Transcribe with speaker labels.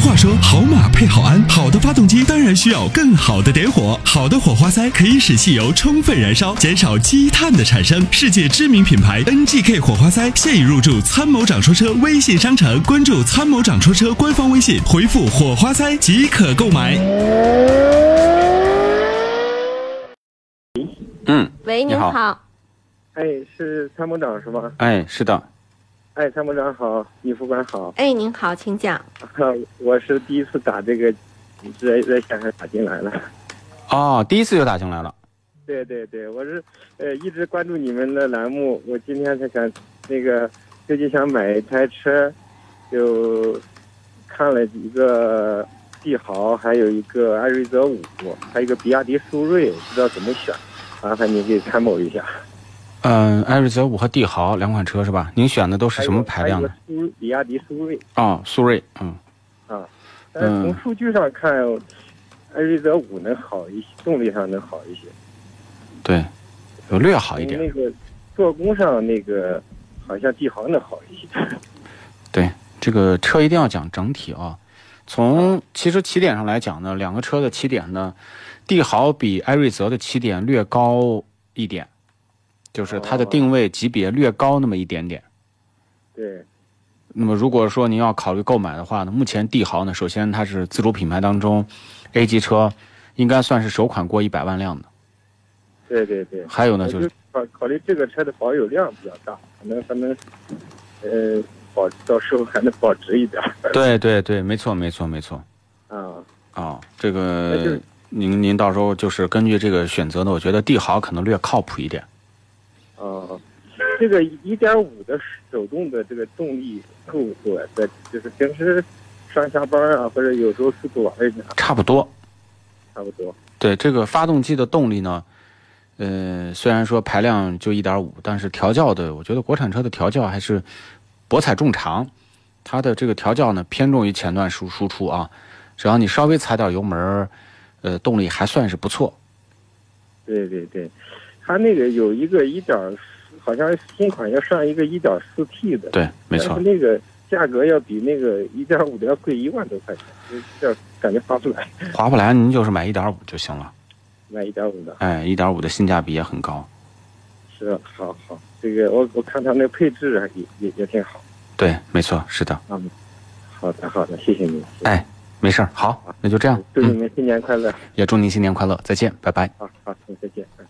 Speaker 1: 话说，好马配好鞍，好的发动机当然需要更好的点火。好的火花塞可以使汽油充分燃烧，减少积碳的产生。世界知名品牌 NGK 火花塞现已入驻参谋长说车微信商城，关注参谋长说车官方微信，回复“火花塞”即可购买。
Speaker 2: 嗯，
Speaker 3: 喂，
Speaker 2: 你
Speaker 3: 您
Speaker 2: 好
Speaker 3: 好，
Speaker 4: 哎，是参谋长是吗？
Speaker 2: 哎，是的，
Speaker 4: 哎，参谋长好，女副官好，
Speaker 3: 哎，您好，请讲。
Speaker 4: 我是第一次打这个，在在线上打进来了。
Speaker 2: 哦，第一次就打进来了。
Speaker 4: 对对对，我是呃一直关注你们的栏目，我今天才想那个最近想买一台车，就看了一个帝豪，还有一个艾瑞泽五，还有一个比亚迪速锐，不知道怎么选，麻烦您给参谋一下。
Speaker 2: 嗯，艾瑞泽五和帝豪两款车是吧？您选的都是什么啊排量的？
Speaker 4: 还有个苏比亚迪速锐。
Speaker 2: 哦，速锐。嗯，
Speaker 4: 啊，但是从数据上看，艾瑞泽五能好一些，动力上能好一些，
Speaker 2: 对，有略好一点
Speaker 4: 从。那个做工上那个好像帝豪能好一些。
Speaker 2: 对，这个车一定要讲整体啊。从其实起点上来讲呢，两个车的起点呢，帝豪比艾瑞泽的起点略高一点，就是它的
Speaker 4: 哦
Speaker 2: 定位级别略高那么一点点。
Speaker 4: 对，
Speaker 2: 那么如果说您要考虑购买的话呢，目前帝豪呢，首先它是自主品牌当中 A 级车，应该算是首款过一百万辆的。
Speaker 4: 对对 对，
Speaker 2: 还有呢，
Speaker 4: 我
Speaker 2: 就是
Speaker 4: 就考考虑这个车的保有量比较大，可能还能呃保到时候还能保值一点儿
Speaker 2: 对对对，没错没错没错。
Speaker 4: 啊。
Speaker 2: 啊、这
Speaker 4: 那就
Speaker 2: 个
Speaker 4: 是
Speaker 2: 您您到时候就是根据这个选择呢，我觉得帝豪可能略靠谱一点。
Speaker 4: 啊，这个一点五的手动的这个动力够不够？啊在就是平时上下班啊，或者有时候出去玩一下，
Speaker 2: 差不多。
Speaker 4: 差不多。
Speaker 2: 对这个发动机的动力呢，呃，虽然说排量就一点五，但是调教的，我觉得国产车的调教还是博采众长，它的这个调教呢偏重于前段输输出啊，只要你稍微踩点油门儿，呃，动力还算是不错。
Speaker 4: 对对对，它那个有一个一点，好像新款要上一个一点四 T 的，
Speaker 2: 对，没
Speaker 4: 但
Speaker 2: 错
Speaker 4: 是，那个价格要比那个一点五的要贵一万多块钱，就有点感觉划不来，
Speaker 2: 划不来您就是买一点五就行了。
Speaker 4: 买一点五的。
Speaker 2: 哎，一点五的性价比也很高。
Speaker 4: 是，好好，这个我我看它那配置啊也也也挺好。
Speaker 2: 对，没错，是的。
Speaker 4: 好的好的，谢谢你，
Speaker 2: 哎没事儿，好，那就这样。
Speaker 4: 祝你
Speaker 2: 嗯，
Speaker 4: 们新年快乐。
Speaker 2: 也祝您新年快乐，再见，拜拜。
Speaker 4: 好好，再见。嗯